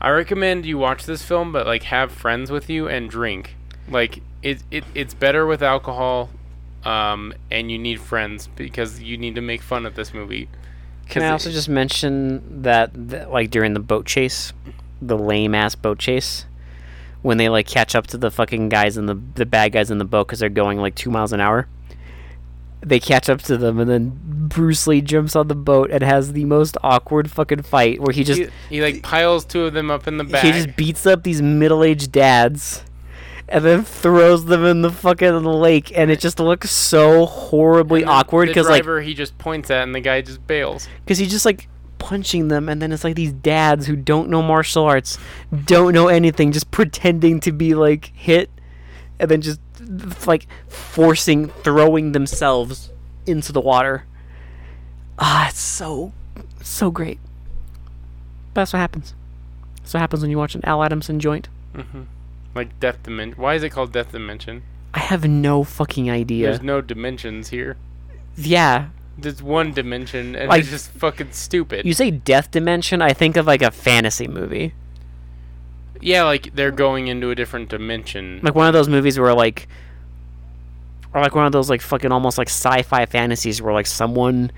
A: I recommend you watch this film, but like have friends with you and drink. Like it, it it's better with alcohol, um, and you need friends because you need to make fun of this movie.
B: Can I
A: it-
B: also just mention that, that like during the boat chase, the lame ass boat chase, when they like catch up to the fucking guys in the the bad guys in the boat because they're going like two miles an hour. They catch up to them, and then Bruce Lee jumps on the boat and has the most awkward fucking fight where he just
A: He, he like piles two of them up in the back.
B: he just beats up these middle aged dads and then throws them in the fucking lake, and it just looks so horribly
A: And the-
B: awkward
A: the
B: because like
A: driver he just points at and the guy just bails.
B: because he's just like punching them and then it's like these dads who don't know martial arts don't know anything just pretending to be like hit and then just f- like forcing throwing themselves into the water ah it's so so great but that's what happens that's what happens when you watch an al adamson joint
A: Like death dimension. Why is it called death dimension?
B: i have no fucking idea
A: There's no dimensions here.
B: yeah
A: There's one dimension, and
B: Like-
A: it's just fucking stupid.
B: you say death dimension i think of like a fantasy movie
A: yeah, like they're going into a different dimension.
B: like one of those movies where like or like one of those like fucking almost like sci-fi fantasies where like someone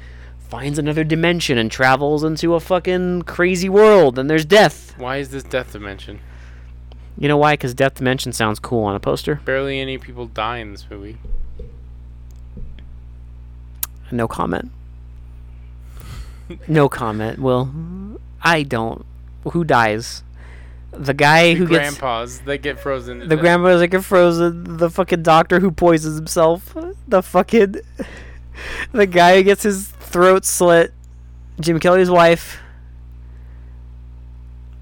B: finds another dimension and travels into a fucking crazy world and there's death
A: Why is this death dimension?
B: you know why because death dimension sounds cool on a poster
A: Barely any people die in this movie.
B: no comment no comment will I don't. Who dies? The guy who gets
A: grandpas that get frozen. to
B: the
A: death.
B: grandma's like a frozen. The fucking doctor who poisons himself. The fucking the guy who gets his throat slit. Jim Kelly's wife.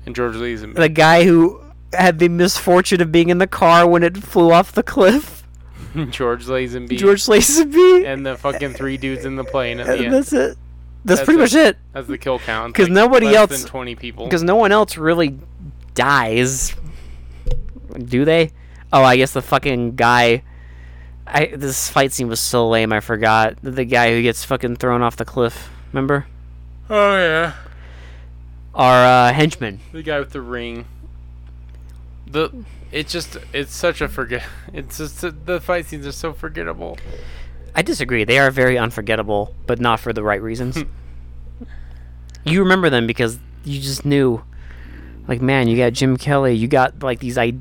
A: and George Lee's in
B: The guy who had the misfortune of being in the car when it flew off the cliff.
A: George Lazenby
B: George Lazenby.
A: and the fucking three dudes in the plane at the
B: And
A: end.
B: that's it. That's,
A: That's
B: pretty
A: it.
B: much it.
A: That's the kill count.
B: 'Cause
A: like,
B: nobody
A: less
B: else-
A: than twenty people.
B: Because no one else really dies, do they? Oh, I guess the fucking guy. I this fight scene was so lame. I forgot the guy who gets fucking thrown off the cliff. Remember
A: Oh yeah,
B: our uh, henchman.
A: the guy with the ring. The it's just it's such a forget. It's just the fight scenes are so forgettable.
B: I disagree. They are very unforgettable, but not for the right reasons. you remember them because you just knew, like, man, you got Jim Kelly, you got like these I,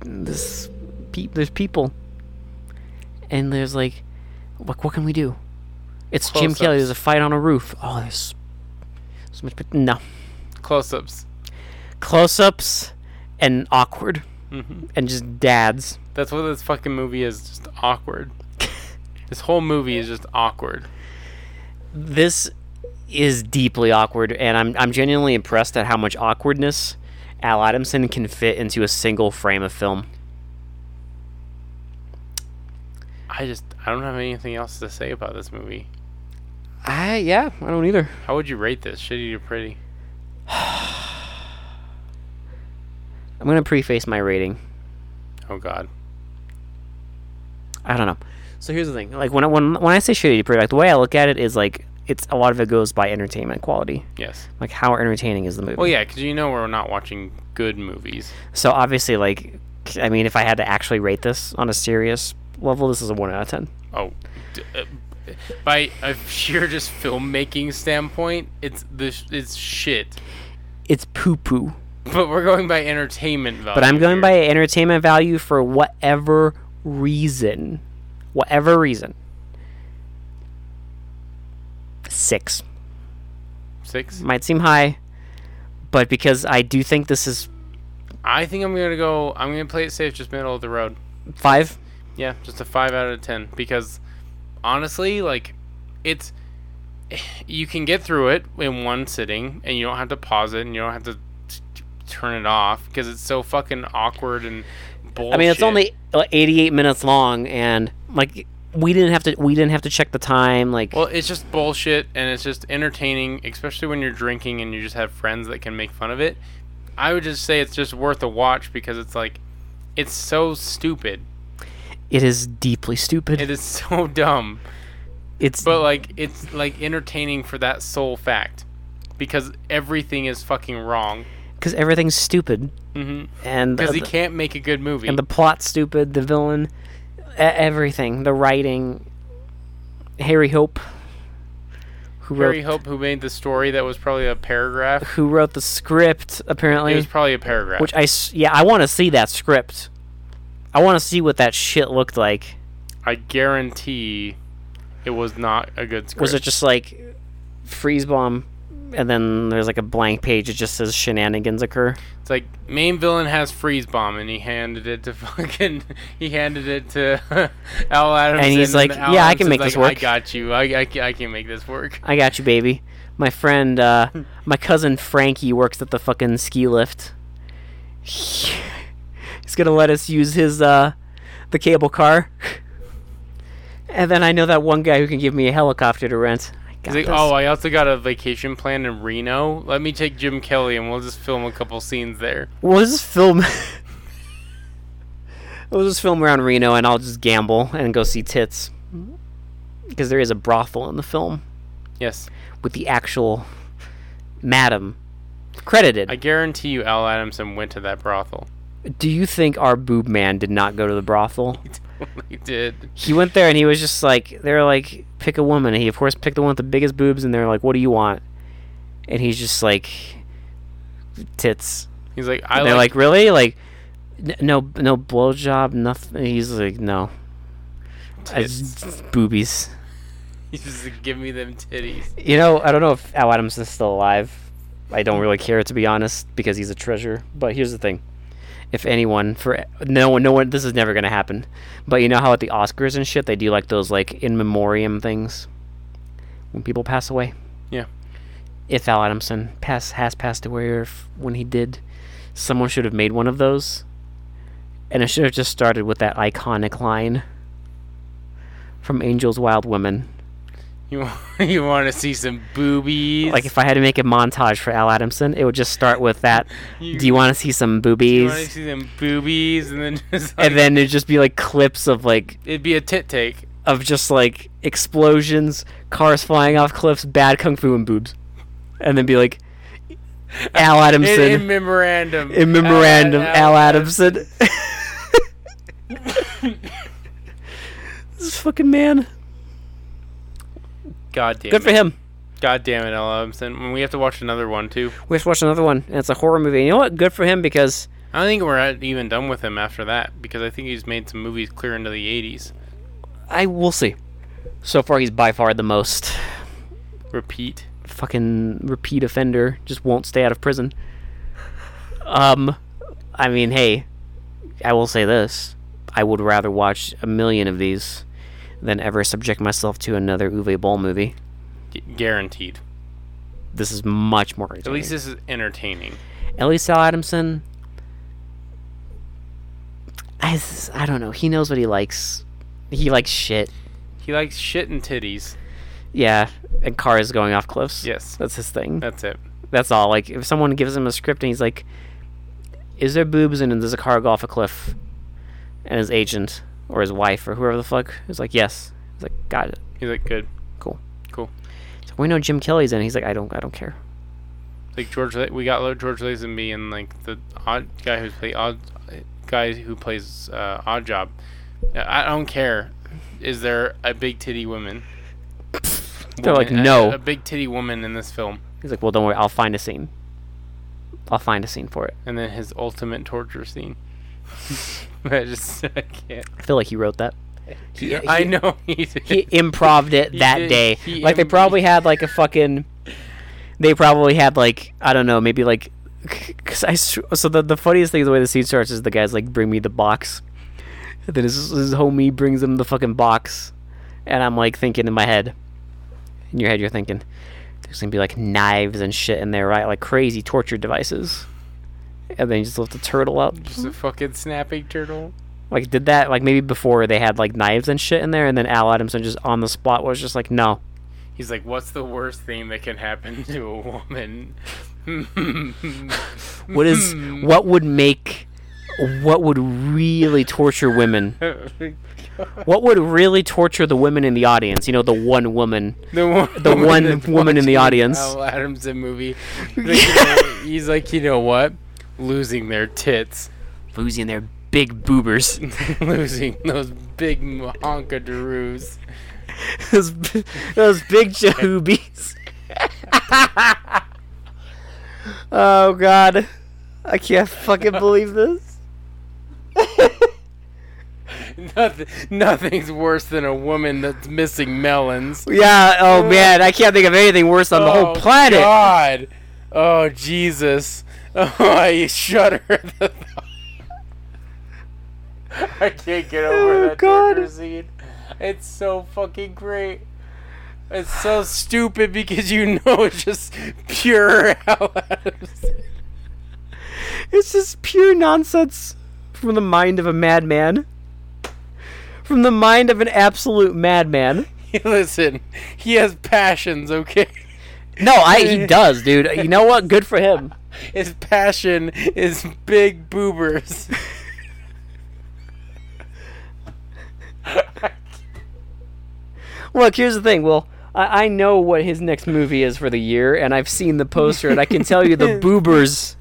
B: this, pe- there's people, and there's like, like, what can we do? It's Jim Kelly.
A: Close-ups.
B: There's a fight on a roof. Oh, there's so much. pot- No
A: Close-ups.
B: close-ups and awkward, and just dads.
A: Mm-hmm. That's what this fucking movie is. Just awkward. this whole movie is just awkward.
B: this is deeply awkward, and I'm I'm genuinely impressed at how much awkwardness Al Adamson can fit into a single frame of film.
A: I just I don't have anything else to say about this movie.
B: I yeah, I don't either.
A: How would you rate this? Shitty to pretty.
B: I'm gonna preface my rating.
A: Oh God.
B: I don't know. So here's the thing: like when I, when when I say shitty to pretty, like the way I look at it is like it's a lot of it goes by entertainment quality,
A: Yes.
B: like how entertaining is the movie.
A: Well, yeah, because you know we're not watching good movies.
B: So obviously, like I mean, if I had to actually rate this on a serious level, this is a one out of ten.
A: Oh, d- uh, by a sheer just filmmaking standpoint, it's this it's shit.
B: It's poo poo.
A: But we're going by entertainment value.
B: But I'm going
A: here.
B: by entertainment value for whatever reason. Whatever reason. Six.
A: six.
B: Might seem high, but because I do think this is
A: I think I'm gonna go. I'm gonna play it safe, just middle of the road.
B: five,
A: Yeah, just a five out of ten because honestly, like it's you can get through it in one sitting, and you don't have to pause it, and you don't have to t- t- turn it off because it's so fucking awkward and bullshit.
B: I mean, it's only uh, 88 minutes long, and like we didn't have to we didn't have to check the time. Like
A: Well, it's just bullshit and it's just entertaining, especially when you're drinking and you just have friends that can make fun of it. I would just say it's just worth a watch because it's like it's so stupid.
B: it is deeply stupid.
A: It is so dumb.
B: it's
A: But like it's like entertaining for that sole fact because everything is fucking wrong.
B: because everything's stupid,
A: Mhm.
B: and
A: Because
B: uh,
A: he can't make a good movie.
B: and the plot stupid, the villain, e- everything, the writing. Harry Hope, who
A: Harry
B: wrote
A: Hope who made the story that was probably a paragraph.
B: who wrote the script
A: It was
B: apparently,
A: probably a paragraph.
B: which I s- yeah I want to see that script. I want to see what that shit looked like.
A: I guarantee it was not a good script.
B: Was it just like freeze bomb, and then there's like a blank page? It just says shenanigans occur.
A: It's like main villain has freeze bomb, and he handed it to fucking he handed it to Al Adams,
B: And he's like,
A: Al
B: "Yeah, I
A: Adams
B: can
A: is
B: make this
A: like, I
B: work."
A: got you. I, I, ca- I can make this work.
B: I got you, baby. My friend, uh, my cousin Frankie works at the fucking ski lift. He's gonna let us use his, uh, the cable car. and then I know that one guy who can give me a helicopter to rent. I got
A: He's like,
B: this.
A: oh, I also got a vacation plan in Reno. Let me take Jim Kelly, and we'll just film a couple scenes there.
B: we'll just film. we'll just film around Reno, and I'll just gamble and go see tits. Because there is a brothel in the film
A: Yes,
B: with the actual madam credited.
A: I guarantee you, Al Adamson went to that brothel.
B: Do you think our boob man did not go to the brothel?
A: he did.
B: He went there and he was just like, they're like, pick a woman. And he, of course, picked the one with the biggest boobs. And they're like, what do you want? And he's just like, tits.
A: He's like, I
B: And they're
A: like,
B: like, really? Like, n- no, no blowjob, nothing. He's like, no. I just- boobies.
A: he's just like, give me them titties.
B: You know, I don't know if Al Adams is still alive. I don't really care to be honest because he's a treasure. But here's the thing: if anyone for no one, no one, this is never gonna happen. But you know how at the Oscars and shit they do like those like in memoriam things when people pass away.
A: Yeah.
B: If Al Adamson pass has passed away or if, when he did, someone should have made one of those, and it should have just started with that iconic line from Angels Wild Women.
A: You wa- you want to see some boobies?
B: Like if I had to make a montage for Al Adamson, it would just start with that.
A: You-
B: do you want to see some
A: you
B: boobies?
A: want to see some boobies, and then just like,
B: and then it'd just be like clips of like
A: it'd be a tit take.
B: of just like explosions, cars flying off cliffs, bad kung fu and boobs, and then be like Al
A: In,
B: Adamson
A: in memorandum.
B: in memorandum Al Adamson. this fucking man.
A: God damn
B: Good
A: it.
B: for him.
A: God damn it, Al Adamson. When we have to watch another one too.
B: We have to watch another one, and it's a horror movie. You know what? Good for him because
A: I don't think we're at- even done with him after that because I think he's made some movies clear into the '80s.
B: I will see. So far, he's by far the most
A: Repeat.
B: fucking repeat offender. Just won't stay out of prison. Um, I mean, hey, I will say this: I would rather watch a million of these than ever subject myself to another Uwe Boll movie.
A: Gu- guaranteed.
B: This is much more.
A: At least
B: entertaining.
A: this is entertaining.
B: at least Sal Adamson. I, s- I don't know. He knows what he likes. He likes shit.
A: He likes shit and titties.
B: Yeah, and cars going off cliffs.
A: Yes,
B: That's his thing.
A: that's it.
B: That's all. Like if someone gives him a script and he's like, "Is there boobs and does a car go off a cliff?" and his agent or his wife or whoever the fuck is like, "Yes." He's like, "Got it."
A: He's like good.
B: So we know Jim Kelly's in. it." He's like, "I don't, I don't care."
A: Like George, La- we got Lo- George Lazenby and like the odd guy who's play odd guy who plays uh, Odd Job. I I don't care. Is there a big titty woman?
B: They're like,
A: Woman- a-
B: "No."
A: A big titty woman in this film,
B: He's like, "Well, don't worry. I'll find a scene. I'll find a scene for it."
A: and then his ultimate torture scene. I just I can't.
B: I feel like he wrote that. He,
A: I
B: he-
A: know he did.
B: He improved it
A: He
B: that
A: did.
B: day.
A: He
B: like they
A: im-
B: probably had like a fucking. They probably had like I don't know maybe like, cause I s- so the the funniest thing the way the scene starts is the guy's like bring me the box, and then his his homie brings him the fucking box, and I'm like thinking in my head, in your head you're thinking, there's gonna be like knives and shit in there right like crazy torture devices, and then you just lift the turtle up.
A: Just a fucking snapping turtle.
B: Like did that like maybe before they had like knives and shit in there, and then Al Adamson just on the spot was just like, no,
A: He's like, "What's the worst thing that can happen to a woman?"
B: what is what would make what would really torture women?
A: the
B: What would really torture the women in the audience? You know, the one woman.
A: one,
B: The one
A: that's
B: woman in the
A: watching
B: audience.
A: Al Adamson movie. He's like, you know- he's like, you know what? Losing their tits,
B: Losing their big boobers.
A: losing those big honkaderoos.
B: those, b- those big jahoobies. oh god. I can't fucking believe this.
A: Nothing, nothing's worse than a woman that's missing melons.
B: Yeah, oh man, I can't think of anything worse on the whole
A: Oh,
B: planet.
A: God. Oh Jesus. Oh, I shudder. at the thought. I can't get over
B: Oh,
A: that
B: God.
A: torture scene. It's so fucking great. It's so stupid because you know it's just pure Al Adamson.
B: It's just pure nonsense from the mind of a madman. From the mind of an absolute madman.
A: Listen, he has passions, okay?
B: No, I he does, dude. You know what? Good for him.
A: His passion is big boobers.
B: Look, here's the thing, Will. I, I know what his next movie is for the year, and I've seen the poster, and I can tell you the boobers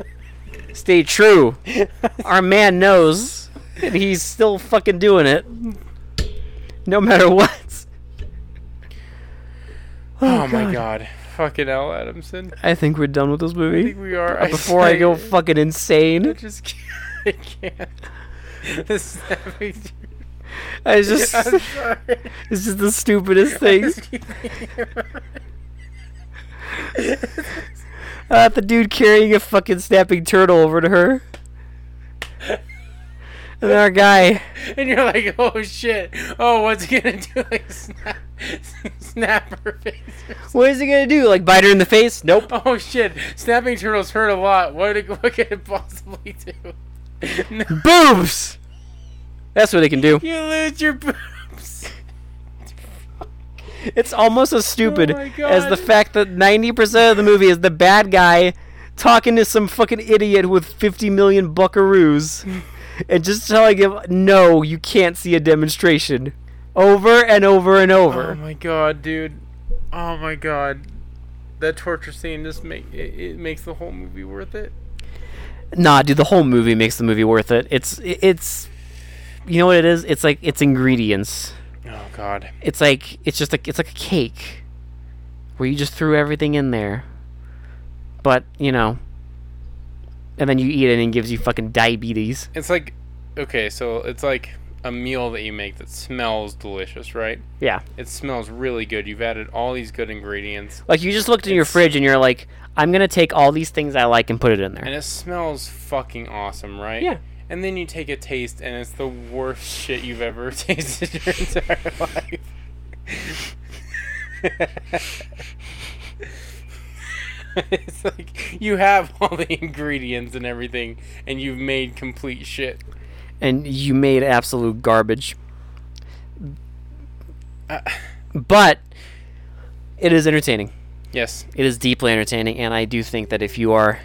B: stay true.
A: Oh
B: Our man knows, and he's still fucking doing it. No matter what.
A: Oh, my god. Fucking Al Adamson.
B: I think we're done with this movie.
A: We are. I
B: Before I go
A: say-
B: fucking
A: I
B: insane,
A: just can't. I can't. This is
B: I just.
A: I'm sorry.
B: This is the stupidest
A: I
B: thing.
A: just keep thinking about it.
B: Uh, the dude carrying a fucking snapping turtle over to her. And our guy,
A: and you're like, oh shit, oh what's he gonna do? Like snap, snap her face.
B: what is he gonna do? Like bite her in the face? Nope.
A: Oh shit, snapping turtles hurt a lot. What, it- what could it possibly do? No,
B: Boobs. That's what it can do.
A: you lose your boobs.
B: It's almost as stupid
A: Oh my God.
B: as the fact that 90% of the movie is the bad guy talking to some fucking idiot with 50 million buckaroos and just telling him, no, you can't see a demonstration. Over and over and
A: Oh
B: over.
A: my god, dude. Oh my god. That torture scene just make it, it makes the whole movie worth it.
B: Nah, dude, the whole movie makes the movie worth it. It's, it's, you know what it is? It's like, it's ingredients.
A: Oh god.
B: It's like, it's just like, it's like a cake where you just threw everything in there. But, you know, and then you eat it and it gives you fucking diabetes.
A: It's like okay, so it's like a meal that you make that smells delicious, right?
B: Yeah.
A: It smells really good. You've added all these good ingredients
B: Like you just looked in your
A: It's-
B: fridge and you're like, I'm gonna take all these things I like and put it in there.
A: and it smells fucking awesome, right?
B: Yeah.
A: And then you take a taste and it's the worst shit you've ever tasted your entire life. it's like you have all the ingredients and everything and you've made complete shit.
B: And you made absolute garbage.
A: Uh,
B: But it is entertaining.
A: yes.
B: It is deeply entertaining, and I do think that if you are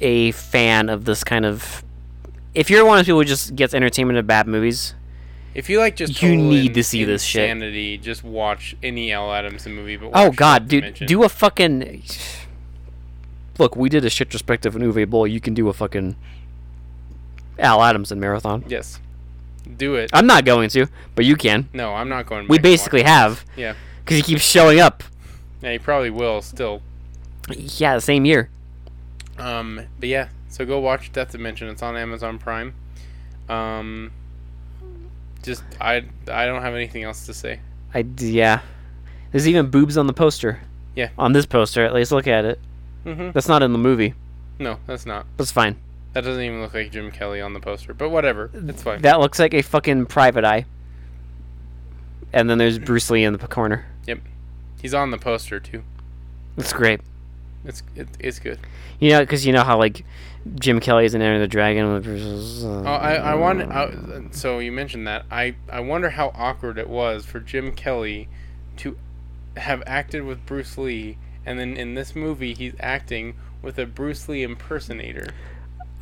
B: a fan of this kind of, if you're one of those people who just gets entertainment of bad movies,
A: If you like just
B: You
A: total
B: need
A: in-
B: to see this shit.
A: insanity, just watch any L Adamson movie but
B: oh
A: watch
B: god,
A: Fifth
B: dude,
A: Dimension.
B: do a fucking. Look, we did a shit retrospective in Uwe Boll. You can do a fucking Al Adamson marathon.
A: Yes. Do it.
B: I'm not going to, but you can.
A: no, I'm not going back and
B: We
A: watch
B: basically
A: it.
B: have
A: Yeah.
B: because he keeps showing up.
A: Yeah, you probably will still.
B: Yeah, the same year.
A: Um, but yeah, so go watch Death Dimension. It's on Amazon Prime. Um, just I I don't have anything else to say.
B: I d- yeah. There's even boobs on the poster.
A: Yeah.
B: On this poster, at least look at it.
A: hmm
B: That's not in the movie.
A: No, that's not.
B: That's fine.
A: That doesn't even look like Jim Kelly on the poster. But whatever, it's fine.
B: That looks like a fucking private eye. And then there's Bruce Lee in the p- corner.
A: He's on the poster too.
B: That's great.
A: It's it, it's good.
B: You know, because you know how like Jim Kelly is in Enter the Dragon. with Bruce-
A: Oh, I I want. I, so you mentioned that. I I wonder how awkward it was for Jim Kelly to have acted with Bruce Lee, and then in this movie he's acting with a Bruce Lee impersonator.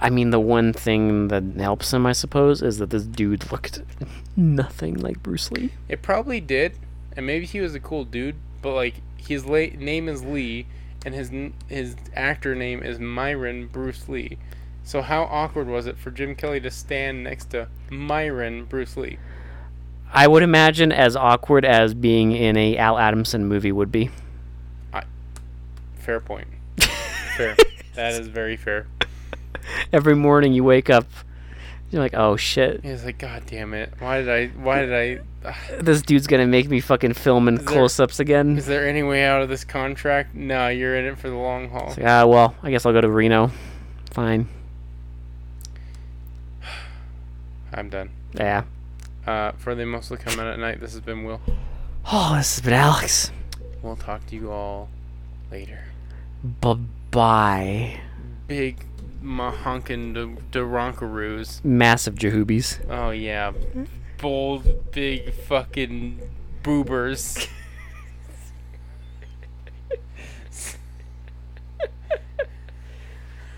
B: I mean, the one thing that helps him, I suppose, is that this dude looked nothing like Bruce Lee.
A: It probably did, and maybe he was a cool dude, but like his late name is Lee, and his n- his actor name is Myron Bruce Lee. So how awkward was it for Jim Kelly to stand next to Myron Bruce Lee?
B: I would imagine as awkward as being in a Al Adamson movie would be.
A: Fair point. Fair. that is very fair.
B: Every morning you wake up, you're like, "Oh shit,
A: He's like, God damn it! Why did I? Why did I?
B: this dude's gonna make me fucking film in
A: there-
B: close-ups again."
A: Is there any way out of this contract? No, you're in it for the long haul.
B: It's like, ah, well, I guess I'll go to Reno. Fine.
A: I'm done.
B: Yeah.
A: Uh, for the mostly come out at night. This has been Will.
B: Oh, this has been Alex.
A: We'll talk to you all later.
B: Bye bye.
A: big mahonkin de- deronkaroos.
B: Massive Jahoobies.
A: Oh yeah, bold big fucking boobers.